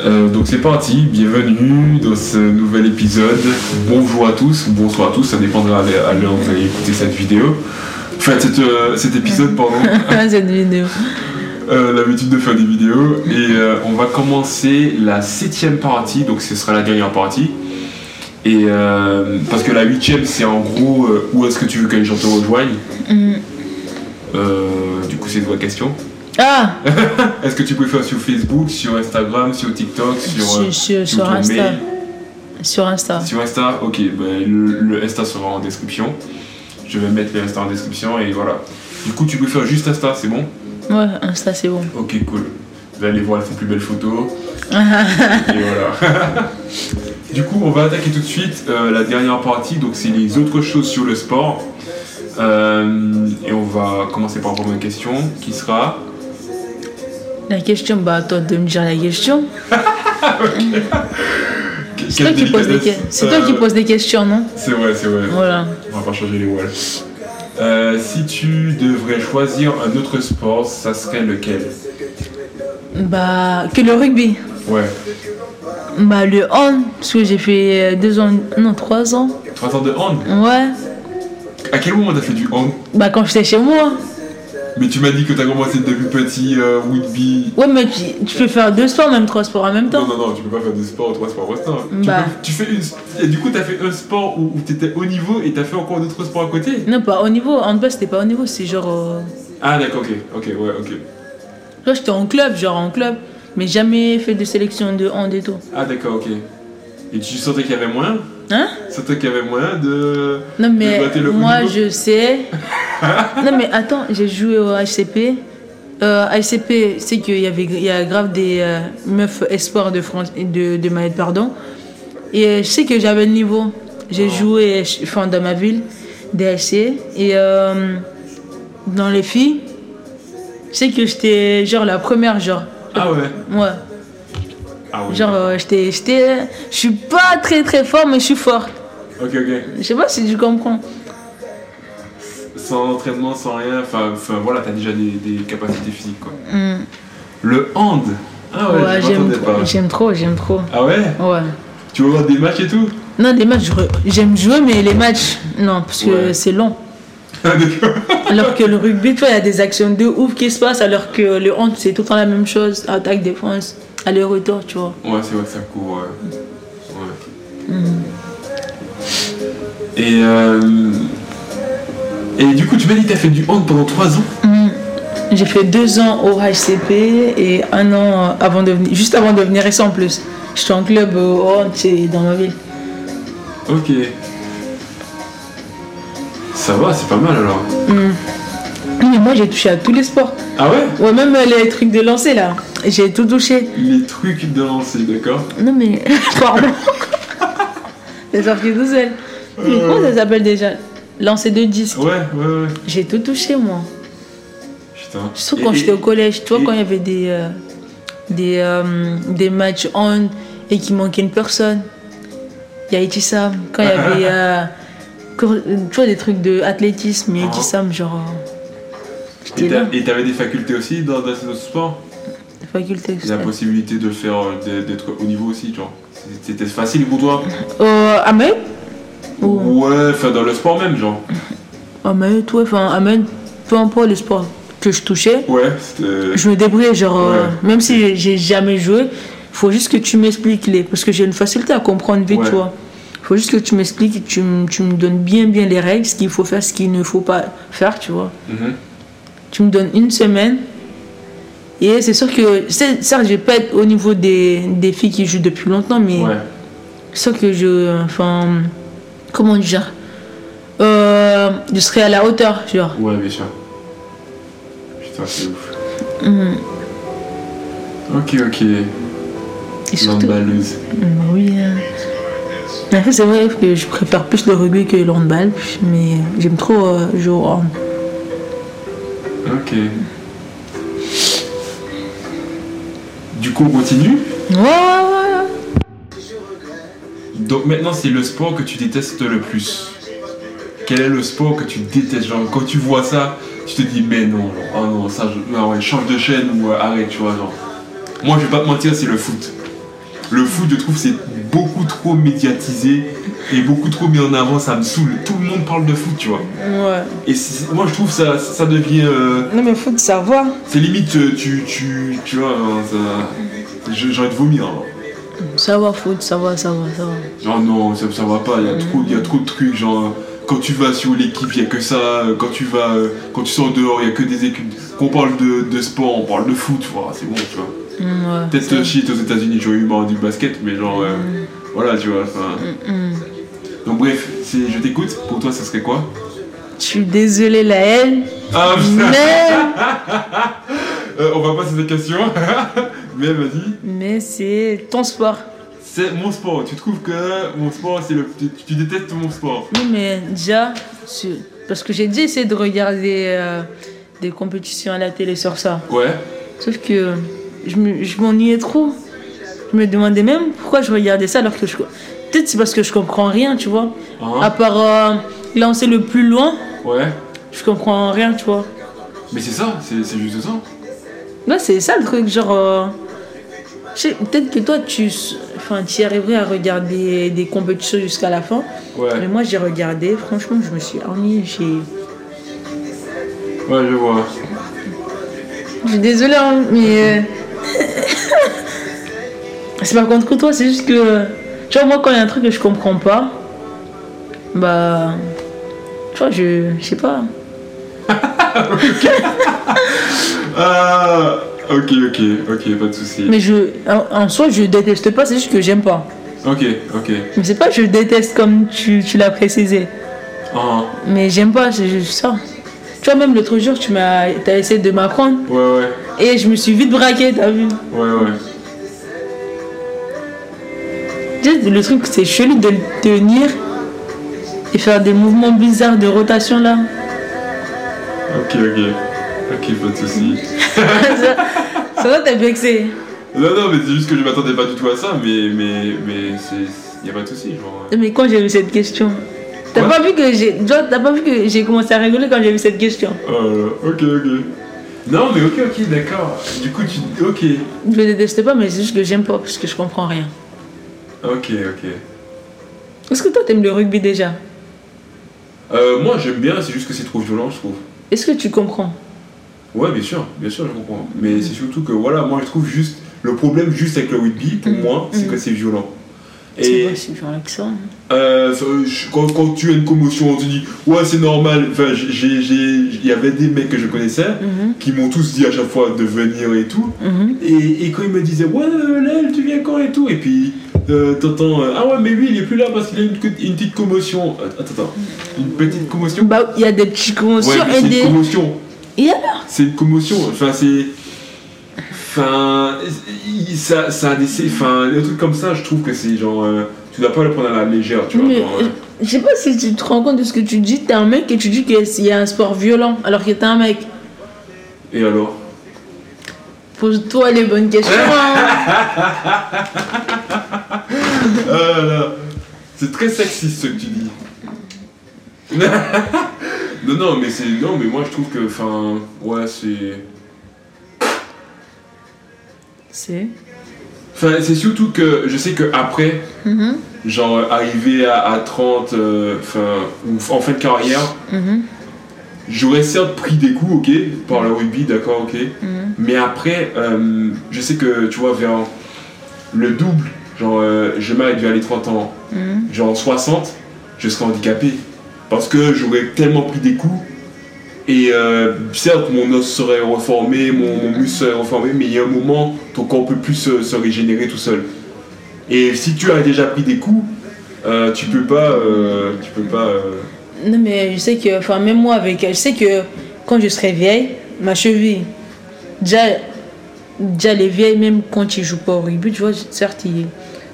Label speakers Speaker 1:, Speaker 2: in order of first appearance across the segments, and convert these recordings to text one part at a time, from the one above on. Speaker 1: Euh, donc c'est parti, bienvenue dans ce nouvel épisode. Bonjour à tous, bonsoir à tous, ça dépendra à l'heure où vous allez écouter cette vidéo. Enfin, cette, euh, cet épisode, pardon.
Speaker 2: Cette vidéo.
Speaker 1: Euh, l'habitude de faire des vidéos. Et euh, on va commencer la septième partie, donc ce sera la dernière partie. Et euh, parce que la huitième, c'est en gros euh, où est-ce que tu veux que les gens te rejoignent.
Speaker 2: Mm.
Speaker 1: Euh, du coup, c'est une vraie question.
Speaker 2: Ah
Speaker 1: Est-ce que tu peux faire sur Facebook, sur Instagram, sur TikTok, sur, euh,
Speaker 2: sur, sur,
Speaker 1: sur ton
Speaker 2: Insta.
Speaker 1: mail
Speaker 2: Sur Insta.
Speaker 1: Sur Insta, ok, ben, le, le Insta sera en description. Je vais mettre les Insta en description et voilà. Du coup, tu peux faire juste Insta, c'est bon
Speaker 2: Ouais, Insta, c'est bon.
Speaker 1: Ok, cool. Vous allez voir elles font plus belles photos. Et voilà. du coup, on va attaquer tout de suite euh, la dernière partie. Donc, c'est les autres choses sur le sport. Euh, et on va commencer par la première question qui sera.
Speaker 2: La question, bah, à toi de me dire la question. C'est toi,
Speaker 1: Quelle
Speaker 2: qui poses des... que-
Speaker 1: délicatesse.
Speaker 2: c'est toi qui
Speaker 1: Euh,
Speaker 2: poses des questions, non
Speaker 1: C'est vrai, c'est vrai.
Speaker 2: Voilà.
Speaker 1: On va pas changer les voiles. Euh, si tu devrais choisir un autre sport, ça serait lequel
Speaker 2: Bah, que le rugby.
Speaker 1: Ouais.
Speaker 2: Bah, le hand, parce que j'ai fait euh, deux ans, non, trois ans.
Speaker 1: Trois ans de hand
Speaker 2: Ouais.
Speaker 1: À quel moment t'as fait du hand
Speaker 2: Bah, quand j'étais chez moi.
Speaker 1: Mais tu m'as dit que t'as commencé depuis petit, euh, Whitby.
Speaker 2: Ouais, mais tu, tu peux faire deux sports, même trois sports en même
Speaker 1: Non,
Speaker 2: temps.
Speaker 1: non, non, tu peux pas faire de sport, trois sports restreints. Tu
Speaker 2: Bah.
Speaker 1: peux- Tu, fais une. et du coup, t'as fait un sport où, où t'étais haut niveau et t'as fait encore d'autres sports à côté
Speaker 2: Non, pas au niveau. Handball, c'était pas au niveau, c'est genre. euh,
Speaker 1: Ah, d'accord, ok, ok, ouais, ok.
Speaker 2: Là, j'étais en club, genre en club, mais jamais fait de sélection de hand et tout.
Speaker 1: Ah, d'accord, ok. Et tu sentais qu'il y avait moyen
Speaker 2: Hein
Speaker 1: Sentais qu'il y avait moyen de.
Speaker 2: Non,
Speaker 1: Mais
Speaker 2: mais
Speaker 1: bah, t'es le haut
Speaker 2: moi,
Speaker 1: niveau.
Speaker 2: je sais. non, mais attends, j'ai joué au HCP. Euh, HCP, c'est qu'il y avait il y a grave des euh, meufs espoirs de, France, de, de Mayotte, pardon. Et euh, je sais que j'avais le niveau. J'ai
Speaker 1: Oh.
Speaker 2: joué je- enfin, dans ma ville, DHC. Et euh, dans les filles, je sais que j'étais genre la première, genre.
Speaker 1: Ah, ouais.
Speaker 2: Ouais.
Speaker 1: Ah, ouais.
Speaker 2: Genre, euh, j'étais. j'étais- Je suis pas très très fort, mais je suis forte.
Speaker 1: Ok, ok.
Speaker 2: Je sais pas si tu comprends.
Speaker 1: Sans entraînement, sans rien, enfin, enfin, voilà, t'as déjà des, des capacités physiques, quoi.
Speaker 2: Hmm.
Speaker 1: Le hand Ah, ouais,
Speaker 2: Ouais,
Speaker 1: je
Speaker 2: j'aime
Speaker 1: m'attendais
Speaker 2: trop,
Speaker 1: pas.
Speaker 2: j'aime trop, j'aime trop.
Speaker 1: Ah, ouais
Speaker 2: Ouais.
Speaker 1: Tu veux voir des matchs et tout
Speaker 2: Non, les matchs, je re- j'aime jouer, mais les matchs, non, parce que
Speaker 1: Ouais.
Speaker 2: c'est long.
Speaker 1: Ah, d'accord.
Speaker 2: Alors que le rugby, tu vois, il y a des actions de ouf qui se passent, alors que le hand, c'est tout le temps la même chose. Attaque, défense, aller-retour, tu vois.
Speaker 1: Ouais, c'est vrai que ça court. Ouais. Ouais.
Speaker 2: Mm.
Speaker 1: Et, euh, et du coup, tu m'as dit que t'as fait du hand pendant 3 ans
Speaker 2: Hmm. J'ai fait deux ans au HCP et un an avant de venir, juste avant de venir ici en plus. J'étais en club au hand, c'est dans ma ville.
Speaker 1: Ok. Ça va, c'est pas mal alors.
Speaker 2: Mais moi, j'ai touché à tous les sports.
Speaker 1: Ah ouais
Speaker 2: Ouais, même euh, les trucs de lancer, là. J'ai tout touché.
Speaker 1: Les trucs de lancer, d'accord
Speaker 2: Non mais, pardon. C'est sorti tout seul.
Speaker 1: Euh.
Speaker 2: Mais comment ça s'appelle déjà Lancer de disques.
Speaker 1: Ouais, ouais, ouais.
Speaker 2: J'ai tout touché moi.
Speaker 1: Putain.
Speaker 2: Surtout
Speaker 1: Et-
Speaker 2: quand
Speaker 1: et-
Speaker 2: j'étais au collège, tu vois,
Speaker 1: et-
Speaker 2: quand il y avait des, euh, des, euh, des matchs hand et qu'il manquait une personne. Il y a Itissam. Quand il y avait. euh, cour- tu vois, des trucs de athlétisme et
Speaker 1: Ah.
Speaker 2: Itissam, genre. euh,
Speaker 1: et
Speaker 2: J'étais là,
Speaker 1: t'a- Et t'avais des facultés aussi dans, dans ces autres sports
Speaker 2: faculté.
Speaker 1: La possibilité de le faire, euh, de- d'être au niveau aussi, genre. C'était facile pour toi
Speaker 2: Euh, à Mayotte Ou-
Speaker 1: Ouais, enfin dans le sport même, genre.
Speaker 2: À Mayotte, ouais, enfin, à Mayotte, peu importe le sport que je touchais.
Speaker 1: Ouais, c'était.
Speaker 2: Je me débrouille, genre, euh,
Speaker 1: Ouais.
Speaker 2: même si j'ai- j'ai jamais joué, faut juste que tu m'expliques les. Parce que j'ai une facilité à comprendre vite,
Speaker 1: Ouais.
Speaker 2: tu vois. Faut juste que tu m'expliques et que tu, me- tu me donnes bien, bien les règles, ce qu'il faut faire, ce qu'il ne faut pas faire, tu vois.
Speaker 1: Mhm.
Speaker 2: Tu me donnes une semaine. Et c'est sûr que, c'est- certes, je vais pas être au niveau des, des filles qui jouent depuis longtemps, mais
Speaker 1: Ouais.
Speaker 2: c'est sûr que je. Enfin. Comment dire Euh, Je serai à la hauteur, genre.
Speaker 1: Ouais, bien sûr. Putain, c'est ouf.
Speaker 2: Mhm.
Speaker 1: Ok, ok.
Speaker 2: Et surtout-
Speaker 1: L'emballeuse.
Speaker 2: Mm, Oui. hein. En fait, c'est vrai que je préfère plus le rugby que le handball, mais j'aime trop euh, jouer au hand.
Speaker 1: Ok. Du coup, on continue.
Speaker 2: Ouais, ouais, ouais.
Speaker 1: Donc maintenant, c'est le sport que tu détestes le plus. Quel est le sport que tu détestes Genre, quand tu vois ça, tu te dis, mais non, genre, oh non, ça, je... ah ouais, change de chaîne ou euh, arrête, tu vois, genre. Moi, je vais pas te mentir, c'est le foot. Le foot, je trouve, c'est beaucoup trop médiatisé et beaucoup trop mis en avant. Ça me saoule. Tout le monde parle de foot, tu vois.
Speaker 2: Ouais.
Speaker 1: Et c'est- moi, je trouve ça, ça devient. euh,
Speaker 2: Non, mais foot, ça va.
Speaker 1: c'est limite, euh, tu, tu, tu vois, hein, ça- je- j'ai envie de vomir. hein.
Speaker 2: Ça va, foot, ça va, ça va, ça va.
Speaker 1: Genre non, ça, ça va pas, il y, a trop- il y a trop de trucs, genre euh, quand tu vas sur l'équipe, il y a que ça, euh, quand tu vas, euh, quand tu sors dehors, il y a que des équipes. Quand on parle de, de sport, on parle de foot, tu vois, c'est bon, tu vois.
Speaker 2: Mm, ouais.
Speaker 1: Peut-être euh, shit aux états unis j'aurais eu marre du basket, mais genre, euh, voilà, tu vois. enfin.
Speaker 2: Mm.
Speaker 1: Donc bref, c'est- je t'écoute, pour toi ça serait quoi
Speaker 2: Je suis désolée, la haine.
Speaker 1: Ah, putain,
Speaker 2: Mais,
Speaker 1: euh, on va passer à la question, mais vas-y.
Speaker 2: mais c'est ton sport.
Speaker 1: C'est mon sport, tu trouves que mon sport, c'est le... Tu, tu détestes mon sport
Speaker 2: Oui, mais déjà, c'est- parce que j'ai déjà essayé de regarder euh, des compétitions à la télé sur ça.
Speaker 1: Ouais,
Speaker 2: Sauf que euh, je me- je m'ennuyais trop. Je me demandais même pourquoi je regardais ça alors que je. Peut-être c'est parce que je comprends rien, tu vois. À
Speaker 1: hein,
Speaker 2: part euh, lancer le plus loin,
Speaker 1: ouais.
Speaker 2: je comprends rien, tu vois.
Speaker 1: Mais c'est ça, c'est c'est juste ça.
Speaker 2: Ouais, c'est ça le truc, genre. euh, je sais, peut-être que toi, tu s- enfin, tu y arriverais à regarder des compétitions jusqu'à la fin.
Speaker 1: Ouais.
Speaker 2: Mais moi, j'ai regardé, franchement, je me suis ennuyée. j'ai-
Speaker 1: Ouais, je vois.
Speaker 2: Je suis désolée, hein, mais. euh, c'est pas contre toi, c'est juste que. Tu vois, moi, quand il y a un truc que je comprends pas, bah. Tu vois, je. Je sais pas.
Speaker 1: Ah, ok, ok, ok, pas de soucis.
Speaker 2: Mais je. En, en soi, je déteste pas, c'est juste que j'aime pas.
Speaker 1: Ok, ok.
Speaker 2: Mais c'est pas que je déteste comme tu, tu l'as précisé.
Speaker 1: Ah,
Speaker 2: Mais j'aime pas, c'est juste ça. Tu vois, même l'autre jour, tu m'as. T'as essayé de m'apprendre
Speaker 1: ouais, ouais,
Speaker 2: et je me suis vite braquée, t'as vu.
Speaker 1: ouais, ouais.
Speaker 2: Tu sais, Le truc, c'est chelou de le tenir et faire des mouvements bizarres de rotation là.
Speaker 1: Ok, ok. Ok, pas de soucis.
Speaker 2: Ça va, t'es vexé.
Speaker 1: Non, non, mais c'est juste que je m'attendais pas du tout à ça, mais, mais, mais c'est... Y a pas de soucis, genre... euh.
Speaker 2: Mais quand j'ai vu cette question, t'as
Speaker 1: Ouais.
Speaker 2: pas vu que j'ai, genre, t'as pas vu que j'ai commencé à rigoler quand j'ai vu cette question.
Speaker 1: Oh, ok, ok. Non, mais ok, ok, d'accord. Du coup, tu... Ok.
Speaker 2: Je le déteste pas, mais c'est juste que j'aime pas parce que je comprends rien.
Speaker 1: Ok, ok.
Speaker 2: Est-ce que toi t'aimes le rugby déjà
Speaker 1: Euh, moi, j'aime bien, c'est juste que c'est trop violent, je trouve.
Speaker 2: Est-ce que tu comprends
Speaker 1: Ouais, bien sûr, bien sûr, je comprends. Mais
Speaker 2: Mm.
Speaker 1: c'est surtout que, voilà, moi, je trouve juste... Le problème juste avec le rugby, pour
Speaker 2: Mhm.
Speaker 1: moi, c'est
Speaker 2: Mhm.
Speaker 1: que c'est violent.
Speaker 2: C'est
Speaker 1: Et
Speaker 2: quoi, je suis genre avec ça. hein.
Speaker 1: euh, je- quand, quand tu as une commotion, on te dit « Ouais, c'est normal. » Enfin, j'ai- j'ai- il y avait des mecs que je connaissais
Speaker 2: Mhm,
Speaker 1: qui m'ont tous dit à chaque fois de venir et tout.
Speaker 2: mhm.
Speaker 1: Et, et quand ils me disaient Ouais, euh, Laël, tu viens quand et tout. Et puis, euh, t'entends euh, Ah ouais, mais lui, il est plus là parce qu'il a une, co- une petite commotion. Attends, attends. Une petite commotion
Speaker 2: Bah, il y a des petites
Speaker 1: Ouais,
Speaker 2: conventions
Speaker 1: mais
Speaker 2: et
Speaker 1: c'est
Speaker 2: des.
Speaker 1: une commotion.
Speaker 2: Il y a-
Speaker 1: C'est une commotion. Enfin, c'est. Enfin, il- ça, ça a des. c'est- Enfin, des trucs comme ça, je trouve que c'est genre. euh, tu dois pas le prendre à la légère, tu vois.
Speaker 2: Mais,
Speaker 1: genre, euh,
Speaker 2: euh, Je sais pas si tu te rends compte de ce que tu dis. T'es un mec et tu dis qu'il y a un sport violent alors que t'es un mec.
Speaker 1: Et alors
Speaker 2: Pose-toi les bonnes questions. hein.
Speaker 1: Ah là là. C'est très sexiste ce que tu dis. non, non, mais c'est. Non, mais moi je trouve que. Enfin. Ouais, c'est.
Speaker 2: C'est.
Speaker 1: Enfin, c'est surtout que je sais que après,
Speaker 2: Mhm,
Speaker 1: genre euh, arrivé à, à 30, euh, enfin, ou en fin de carrière,
Speaker 2: mhm,
Speaker 1: j'aurais certes pris des coups, ok, par le rugby, d'accord, ok.
Speaker 2: mhm.
Speaker 1: Mais après, euh, je sais que, tu vois, vers le double, genre, euh, je m'arrête vers les 30 ans,
Speaker 2: Mhm.
Speaker 1: genre 60, je serais handicapé. Parce que j'aurais tellement pris des coups. Et euh, certes, mon os serait reformé, mon, mon muscle serait reformé, mais il y a un moment, ton corps peut plus se, se régénérer tout seul. Et si tu as déjà pris des coups, euh, tu peux pas. euh, tu peux pas. euh,
Speaker 2: Non, mais je sais que, enfin, même moi avec elle, je sais que quand je serai vieille, ma cheville, déjà, déjà les vieilles, même quand ils jouent pas au rugby, tu vois, certes, ils.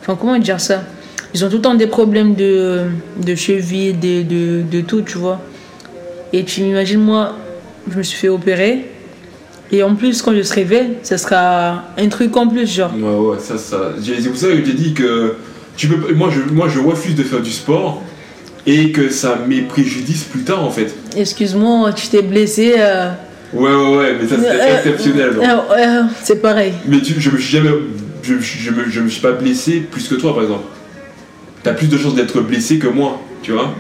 Speaker 2: Enfin, comment dire ça Ils ont tout le temps des problèmes de, de cheville, de, de, de tout, tu vois. Et tu m'imagines, moi, je me suis fait opérer. Et en plus, quand je serai vieille, ça sera un truc en plus, genre.
Speaker 1: Ouais, ouais, ça, ça. j'ai- C'est pour ça que j'ai dit que tu peux, pas- moi, je, moi, je refuse de faire du sport et que ça m'est préjudice plus tard en fait.
Speaker 2: Excuse-moi, tu t'es blessé. euh,
Speaker 1: Ouais, ouais, ouais, mais ça, c'était
Speaker 2: euh,
Speaker 1: exceptionnel. genre.
Speaker 2: euh, euh, c'est pareil.
Speaker 1: Mais tu, je me suis jamais je, je, me, je me suis pas blessé plus que toi, par exemple. T'as plus de chances d'être blessé que moi, tu vois.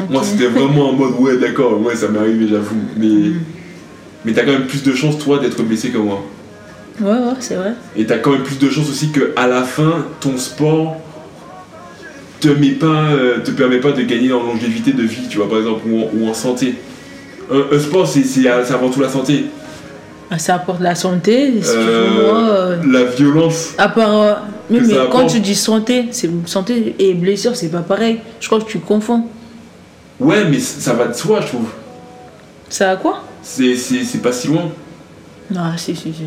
Speaker 1: Okay. Moi, c'était vraiment en mode, ouais, d'accord, ouais, ça m'est arrivé, j'avoue. Mais, mm. mais t'as quand même plus de chances, toi, d'être blessé que moi.
Speaker 2: Ouais, ouais, c'est vrai.
Speaker 1: Et t'as quand même plus de chances aussi que à la fin, ton sport te, met pas, euh, te permet pas de gagner en longévité de vie, tu vois, par exemple, ou en, ou en santé. Un, un sport, c'est avant tout la santé.
Speaker 2: Ah, Ça apporte la santé, si euh, tu veux, moi, euh...
Speaker 1: La violence.
Speaker 2: À part. mais, mais quand tu dis santé, santé et blessure, c'est pas pareil. Je crois que tu confonds.
Speaker 1: Ouais, mais ça va de soi, je trouve.
Speaker 2: Ça a quoi
Speaker 1: C'est pas si loin.
Speaker 2: Ah, si, si, si.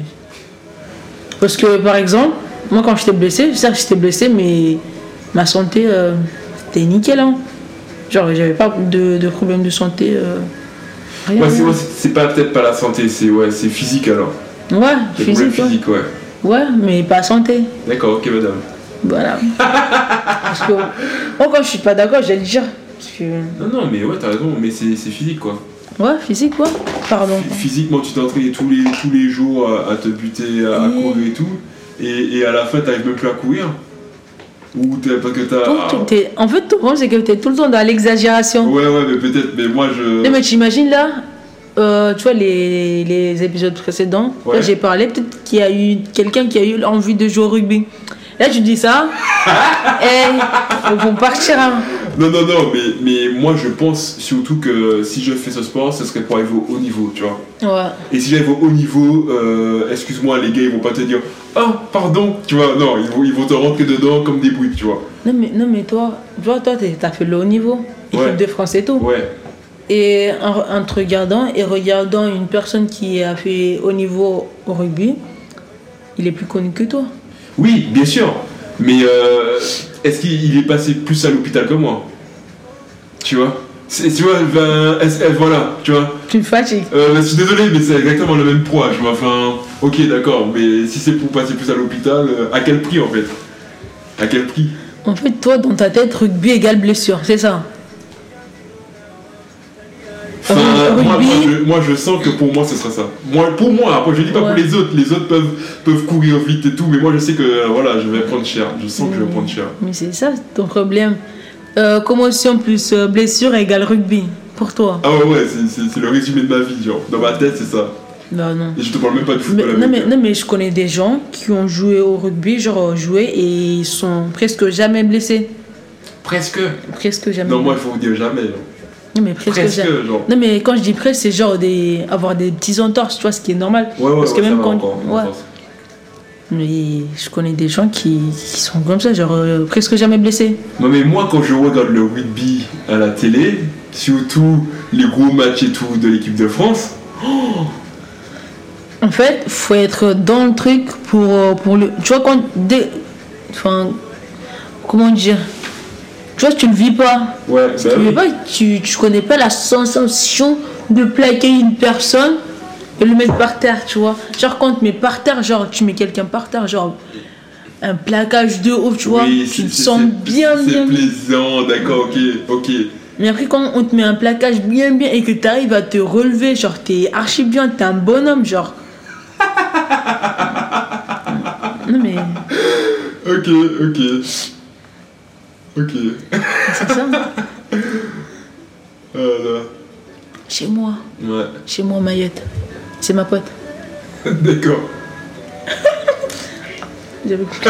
Speaker 2: Parce que, par exemple, moi, quand j'étais blessé, certes, j'étais blessé, mais ma santé, euh, c'était nickel. Hein. Genre, j'avais pas de, de, problème de santé. Euh,
Speaker 1: rien, Eh ouais, c'est ouais, pas peut-être pas la santé, c'est ouais, physique alors.
Speaker 2: Ouais, physique.
Speaker 1: physique, ouais.
Speaker 2: Ouais, mais pas santé.
Speaker 1: D'accord, ok, madame.
Speaker 2: Voilà. Parce que, moi, quand je suis pas d'accord, je vais le dire. Parce que...
Speaker 1: Non, non, mais ouais, t'as raison, mais c'est physique quoi.
Speaker 2: Ouais, physique quoi Pardon.
Speaker 1: F physiquement, tu t'entraînes tous les, tous les jours à, à te buter, à, à, courir et tout, et, et à la fin, t'arrives même plus à courir. Ou t'es parce que t'as.
Speaker 2: En fait, ton problème, c'est que t'es tout le temps dans l'exagération.
Speaker 1: Euh, ah, Ouais, ouais, mais peut-être, mais moi je.
Speaker 2: Non, mais t'imagines là euh, tu vois les, les épisodes précédents, ouais. là j'ai parlé peut-être qu'il y a eu quelqu'un qui a eu envie de jouer au rugby. Là tu dis ça, et ils vont partir. Hein.
Speaker 1: Non, non, non, mais, mais moi je pense surtout que si je fais ce sport, ce serait pour arriver au haut niveau, tu vois.
Speaker 2: Ouais.
Speaker 1: Et si j'arrive au haut niveau, euh, excuse-moi, les gars, ils vont pas te dire Ah, oh, pardon, tu vois. Non, ils vont, ils vont te rentrer dedans comme des bruits, tu vois.
Speaker 2: Non, mais, non, mais toi, tu vois, toi, t'as fait le haut niveau, équipe
Speaker 1: ouais.
Speaker 2: de France et tout.
Speaker 1: Ouais.
Speaker 2: Et en, en, te regardant et regardant une personne qui a fait haut niveau au rugby, il est plus connu que toi.
Speaker 1: Oui, bien sûr. Mais euh, est-ce qu'il est passé plus à l'hôpital que moi Tu vois tu vois, ben, voilà, tu vois.
Speaker 2: Tu me fatigues.
Speaker 1: Euh, ben, je suis désolé, mais c'est exactement le même proie, tu vois. Enfin, ok, d'accord, mais si c'est pour passer plus à l'hôpital, euh, à quel prix en fait À quel prix
Speaker 2: En fait, toi, dans ta tête, rugby égale blessure, c'est ça
Speaker 1: Enfin,
Speaker 2: Ah,
Speaker 1: rugby... Euh, moi, moi, je, moi, je, sens que pour moi ce sera ça. Moi, pour moi, hein, après je dis pas ouais. pour les autres, les autres peuvent, peuvent courir vite et tout, mais moi je sais que euh, voilà, je vais prendre cher. Je sens que je vais prendre cher.
Speaker 2: Mais c'est ça ton problème. Euh, commotion plus euh, blessure égale rugby pour toi.
Speaker 1: Ah ouais, ouais, c'est le résumé de ma vie, genre. Dans ma tête, c'est ça.
Speaker 2: Non, non.
Speaker 1: Et je te parle même pas de football.
Speaker 2: Mais, non, mais, non, mais je connais des gens qui ont joué au rugby, genre euh, joué, et ils sont presque jamais blessés.
Speaker 1: Presque
Speaker 2: Presque jamais.
Speaker 1: Non, moi, il faut vous dire jamais. Genre.
Speaker 2: Non mais presque, presque genre. Non mais quand je dis presque, c'est genre des avoir des petits entorses, tu vois, ce qui est normal.
Speaker 1: Ouais, ouais,
Speaker 2: Parce que
Speaker 1: ouais,
Speaker 2: même
Speaker 1: va,
Speaker 2: quand
Speaker 1: encore,
Speaker 2: ouais. Mais je connais des gens qui, qui sont comme ça, genre euh, presque jamais blessés.
Speaker 1: Non mais moi quand je regarde le rugby à la télé, surtout les gros matchs et tout de l'équipe de France. Oh
Speaker 2: en fait, faut être dans le truc pour pour le. Tu vois quand dès, enfin comment dire tu vois, tu ne vis pas.
Speaker 1: Ouais,
Speaker 2: si bah tu, oui. pas tu, tu connais pas la sensation de plaquer une personne et le mettre par terre, tu vois. Genre, quand tu mets par terre, genre, tu mets quelqu'un par terre, genre, un plaquage de haut, tu vois.
Speaker 1: Oui,
Speaker 2: tu te sens bien, bien.
Speaker 1: C'est plaisant, d'accord, ok, ok.
Speaker 2: Mais après, quand on te met un plaquage bien, bien et que tu arrives à te relever, genre, t'es archi bien, t'es un bonhomme, genre. non, mais.
Speaker 1: Ok, ok. Ok.
Speaker 2: C'est ça hein.
Speaker 1: Voilà.
Speaker 2: Chez moi.
Speaker 1: Ouais.
Speaker 2: Chez moi, Mayotte. C'est ma pote.
Speaker 1: D'accord.
Speaker 2: J'avais compris.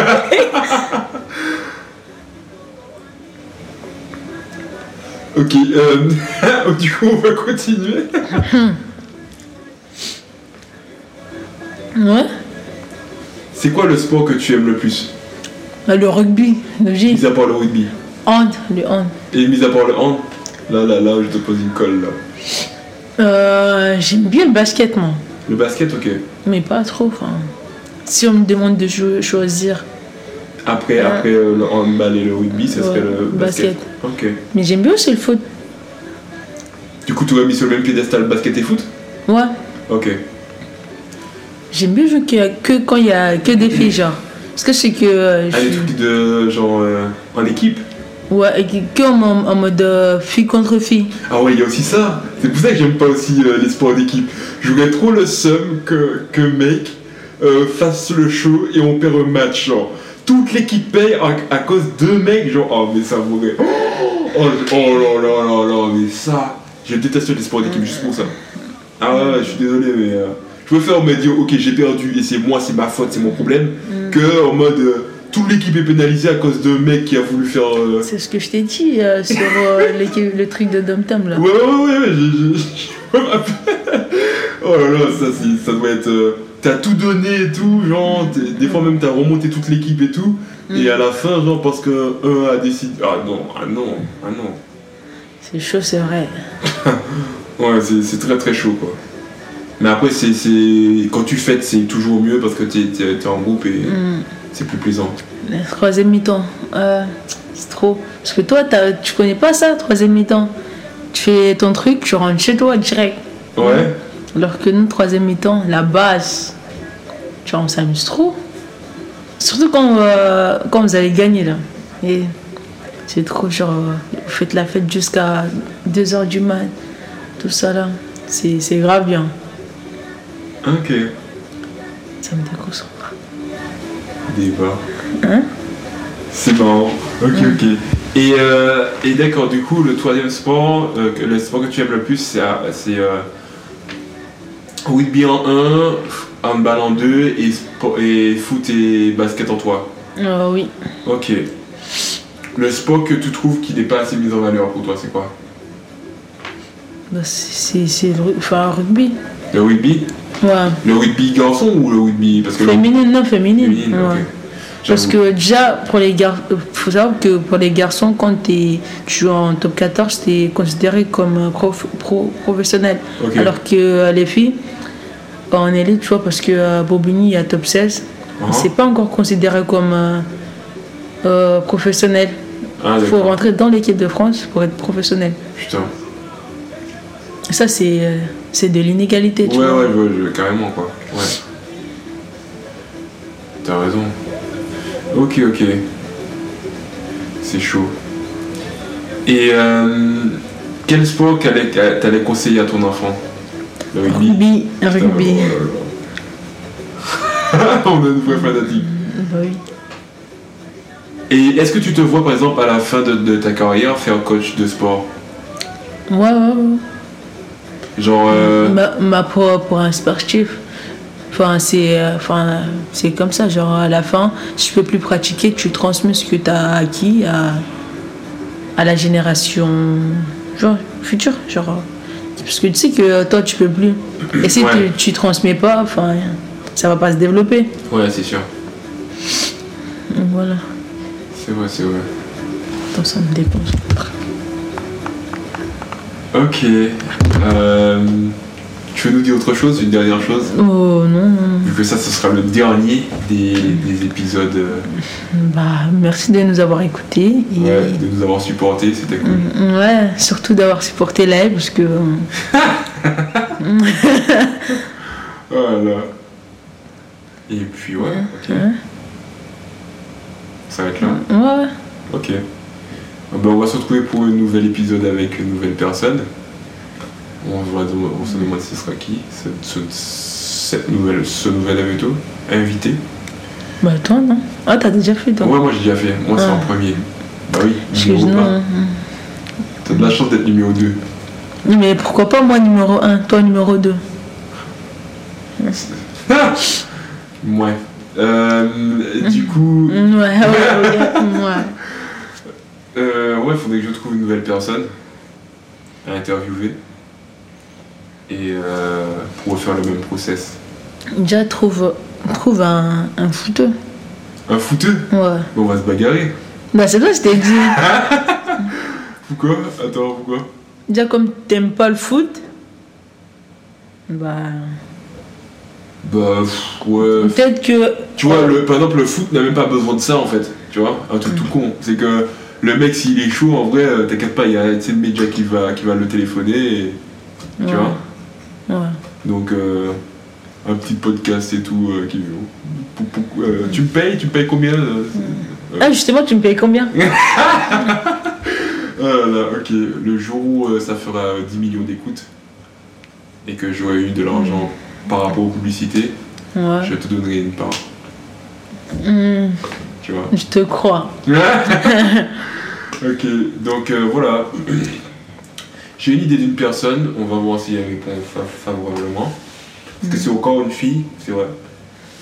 Speaker 1: ok, euh... du coup, on va continuer.
Speaker 2: ouais.
Speaker 1: C'est quoi le sport que tu aimes le plus
Speaker 2: Bah, le rugby, logique.
Speaker 1: Mis à part le rugby.
Speaker 2: Hand, le hand.
Speaker 1: Et mis à part le hand, là, là, là, je te pose une colle, là.
Speaker 2: Euh, J'aime bien le basket, moi.
Speaker 1: Le basket, ok.
Speaker 2: Mais pas trop, enfin. Si on me demande de choisir.
Speaker 1: Après, euh, après euh, le handball et le rugby, ça ouais, serait le basket. basket. Ok.
Speaker 2: Mais j'aime bien aussi le foot.
Speaker 1: Du coup, tu aurais mis sur le même piédestal basket et foot
Speaker 2: Ouais.
Speaker 1: Ok.
Speaker 2: J'aime bien jouer que, que quand il y a que des filles, genre. Parce que c'est que. Euh,
Speaker 1: ah, des trucs de genre euh, en équipe
Speaker 2: Ouais, et que en, en mode euh, fille contre fille.
Speaker 1: Ah ouais, il y a aussi ça. euh, C'est pour ça que j'aime pas aussi les sports d'équipe. J'aurais trop le seum que, que mec euh, fassent le show et on perd un match, genre. Toute l'équipe paye à, à cause de mecs, genre, oh, mais ça mourrait. Oh, oh, oh là là là là, mais ça. Je déteste les sports d'équipe juste pour ça. Ah ouais, ouais, je suis désolé, mais. euh, je préfère me dire, ok, j'ai perdu et c'est moi, c'est ma faute, c'est mon problème, que en mode. euh, toute l'équipe est pénalisée à cause de mec qui a voulu faire. euh,
Speaker 2: C'est ce que je t'ai dit euh, sur euh, le, le truc de Dom Tom là.
Speaker 1: Ouais, ouais, ouais, ouais, je, je- je me rappelle. Oh là là, ça, c'est- ça doit être. euh, t'as tout donné et tout, genre, t'es- des fois même t'as remonté toute l'équipe et tout, et à la fin, genre, parce que eux a décidé. Ah non, ah non, ah non.
Speaker 2: C'est chaud, c'est vrai.
Speaker 1: Ouais, c'est c'est très très chaud quoi. Mais après, c'est c'est- quand tu fêtes, c'est toujours mieux parce que t'es t'es- t'es en groupe et
Speaker 2: Mm.
Speaker 1: c'est plus plaisant.
Speaker 2: La troisième mi-temps, euh, c'est trop. Parce que toi, t'as- tu connais pas ça, troisième mi-temps. Tu fais ton truc, tu rentres chez toi direct.
Speaker 1: Ouais,
Speaker 2: Alors que nous, troisième mi-temps, la base, tu vois, on s'amuse trop. Surtout quand, euh, quand vous allez gagner là. Et c'est trop, genre, euh, vous faites la fête jusqu'à 2h du mat. Tout ça là, c'est c'est grave bien.
Speaker 1: ok.
Speaker 2: Ça me déconcentre.
Speaker 1: Débat.
Speaker 2: Hein
Speaker 1: C'est marrant. Ok, ok. Et, euh, et d'accord, du coup, le troisième sport, euh, que- le sport que tu aimes le plus, c'est euh, c'est, euh, rugby en 1, handball en 2 et, spo- et foot et basket en 3.
Speaker 2: Ah oui.
Speaker 1: Ok. Le sport que tu trouves qui n'est pas assez mis en valeur pour toi, c'est quoi
Speaker 2: Bah, c'est c'est- c'est le ru- enfin, rugby.
Speaker 1: Le rugby
Speaker 2: Ouais.
Speaker 1: Le rugby garçon ou le rugby Parce que le
Speaker 2: Féminine, non, féminine.
Speaker 1: féminine,
Speaker 2: ouais.
Speaker 1: ok.
Speaker 2: Parce
Speaker 1: J'avoue.
Speaker 2: que déjà, pour les gar... euh, faut savoir que pour les garçons, quand t'es- tu joues en top 14, tu es considéré comme un prof- pro- professionnel.
Speaker 1: Ok.
Speaker 2: Alors que euh, les filles, en élite, tu vois, parce que à Bobigny, il y a top 16,
Speaker 1: Uh-huh.
Speaker 2: c'est pas encore considéré comme euh, euh, professionnel.
Speaker 1: Ah,
Speaker 2: Il faut
Speaker 1: d'accord.
Speaker 2: rentrer dans l'équipe de France pour être professionnel.
Speaker 1: Putain.
Speaker 2: Ça, c'est euh, c'est de l'inégalité,
Speaker 1: Ouais,
Speaker 2: tu
Speaker 1: ouais,
Speaker 2: vois.
Speaker 1: je- je- carrément quoi. Ouais. T'as raison. Ok, ok. C'est chaud. Et euh, quel sport qu'allais- qu'allais- t'allais conseiller à ton enfant Le rugby.
Speaker 2: Rugby,
Speaker 1: Putain,
Speaker 2: rugby.
Speaker 1: oh là là. On est une vraie fanatique.
Speaker 2: Bah oui.
Speaker 1: Et est-ce que tu te vois par exemple à la fin de, de ta carrière faire coach de sport
Speaker 2: Ouais, ouais, ouais.
Speaker 1: Genre. euh,
Speaker 2: Ma, ma pro pour un sportif, enfin, c'est euh, enfin, c'est comme ça. Genre, à la fin, si tu peux plus pratiquer, tu transmets ce que tu as acquis à, à la génération genre, future. Genre, euh, parce que tu sais que toi, tu peux plus. Et si
Speaker 1: Ouais.
Speaker 2: tu, tu transmets pas, enfin, ça va pas se développer.
Speaker 1: Ouais, c'est sûr.
Speaker 2: Donc, voilà.
Speaker 1: C'est vrai, c'est vrai.
Speaker 2: Attends, ça me dépense.
Speaker 1: Ok. Euh, tu veux nous dire autre chose, une dernière chose
Speaker 2: Oh non, non, non.
Speaker 1: Vu que ça, ce sera le dernier des, des épisodes euh,
Speaker 2: Bah, merci de nous avoir écoutés. et-
Speaker 1: ouais, de nous avoir supportés, c'était
Speaker 2: Mm.
Speaker 1: cool.
Speaker 2: Ouais, surtout d'avoir supporté l'aide parce que. euh,
Speaker 1: Voilà. Et puis ouais, ok.
Speaker 2: ouais.
Speaker 1: Ça va être là.
Speaker 2: Ouais.
Speaker 1: Ok. Ah ben, on va se retrouver pour un nouvel épisode avec une nouvelle personne. On, va dem- on se demande ce sera qui, cette, ce, cette nouvelle, ce nouvel invité. invité.
Speaker 2: Bah toi non. Ah t'as déjà fait toi.
Speaker 1: Ouais, moi j'ai déjà fait. Moi, c'est
Speaker 2: Ouais.
Speaker 1: en premier. Bah oui,
Speaker 2: Ah. Parce que
Speaker 1: numéro
Speaker 2: non,
Speaker 1: un.
Speaker 2: hein.
Speaker 1: T'as de la chance d'être numéro 2.
Speaker 2: Non, Mais pourquoi pas moi numéro 1, toi numéro 2
Speaker 1: Ouais. Euh, du coup,
Speaker 2: Ouais, ouais, ouais, ouais.
Speaker 1: euh, ouais, faudrait que je trouve une nouvelle personne à interviewer et euh, pour refaire le même process.
Speaker 2: Déjà trouve, trouve un, un fouteux.
Speaker 1: Un fouteux
Speaker 2: Ouais.
Speaker 1: On va se bagarrer.
Speaker 2: Bah c'est toi je t'ai dit.
Speaker 1: Pourquoi Attends, pourquoi
Speaker 2: Déjà comme t'aimes pas le foot, bah
Speaker 1: Bah, pff, ouais.
Speaker 2: peut-être que.
Speaker 1: Tu vois, le, par exemple, le foot n'a même pas besoin de ça en fait. Tu vois, un truc tout con. C'est que le mec, s'il est chaud, en vrai, euh, t'inquiète pas, il y a Etienne Medja qui va, qui va le téléphoner. et- tu
Speaker 2: Ouais.
Speaker 1: vois
Speaker 2: Ouais.
Speaker 1: Donc, euh, un petit podcast et tout euh, qui pou- pou- euh, tu me payes Tu me payes combien euh,
Speaker 2: Ah justement tu me payes combien
Speaker 1: Ah là là, ok. Le jour où euh, ça fera euh, 10 millions d'écoutes et que j'aurai eu de l'argent par rapport aux publicités,
Speaker 2: Ouais.
Speaker 1: je te donnerai une part.
Speaker 2: Hmm,
Speaker 1: Tu vois
Speaker 2: je te crois.
Speaker 1: Ok, donc euh, voilà. J'ai une idée d'une personne, on va voir si elle répond fa- favorablement. Parce que c'est encore une fille, c'est vrai.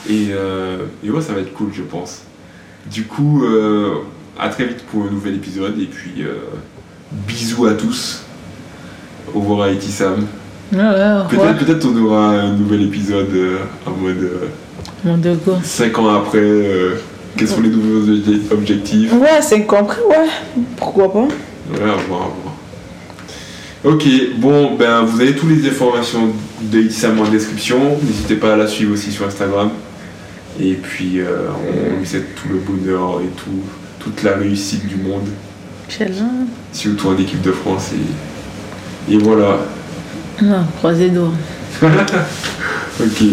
Speaker 1: Et, euh, et ouais, ça va être cool, je pense. Du coup, euh, à très vite pour un nouvel épisode. Et puis, euh, bisous à tous. Au revoir, Haïti Sam.
Speaker 2: Ouais, ouais, au revoir.
Speaker 1: Peut-être peut-être on aura un nouvel épisode euh, en mode
Speaker 2: Mon dogo.
Speaker 1: 5 ans après. euh, quels sont les nouveaux obje- objectifs
Speaker 2: Ouais, c'est compris, ouais. Pourquoi pas
Speaker 1: Ouais, à voir, à voir. Ok, bon, ben vous avez toutes les informations de Issam en description. N'hésitez pas à la suivre aussi sur Instagram. Et puis, euh, on lui souhaite tout le bonheur et tout, toute la réussite du monde,
Speaker 2: Challenge.
Speaker 1: surtout en équipe de France. Et, et voilà.
Speaker 2: Non, croisé d'eau.
Speaker 1: Ok.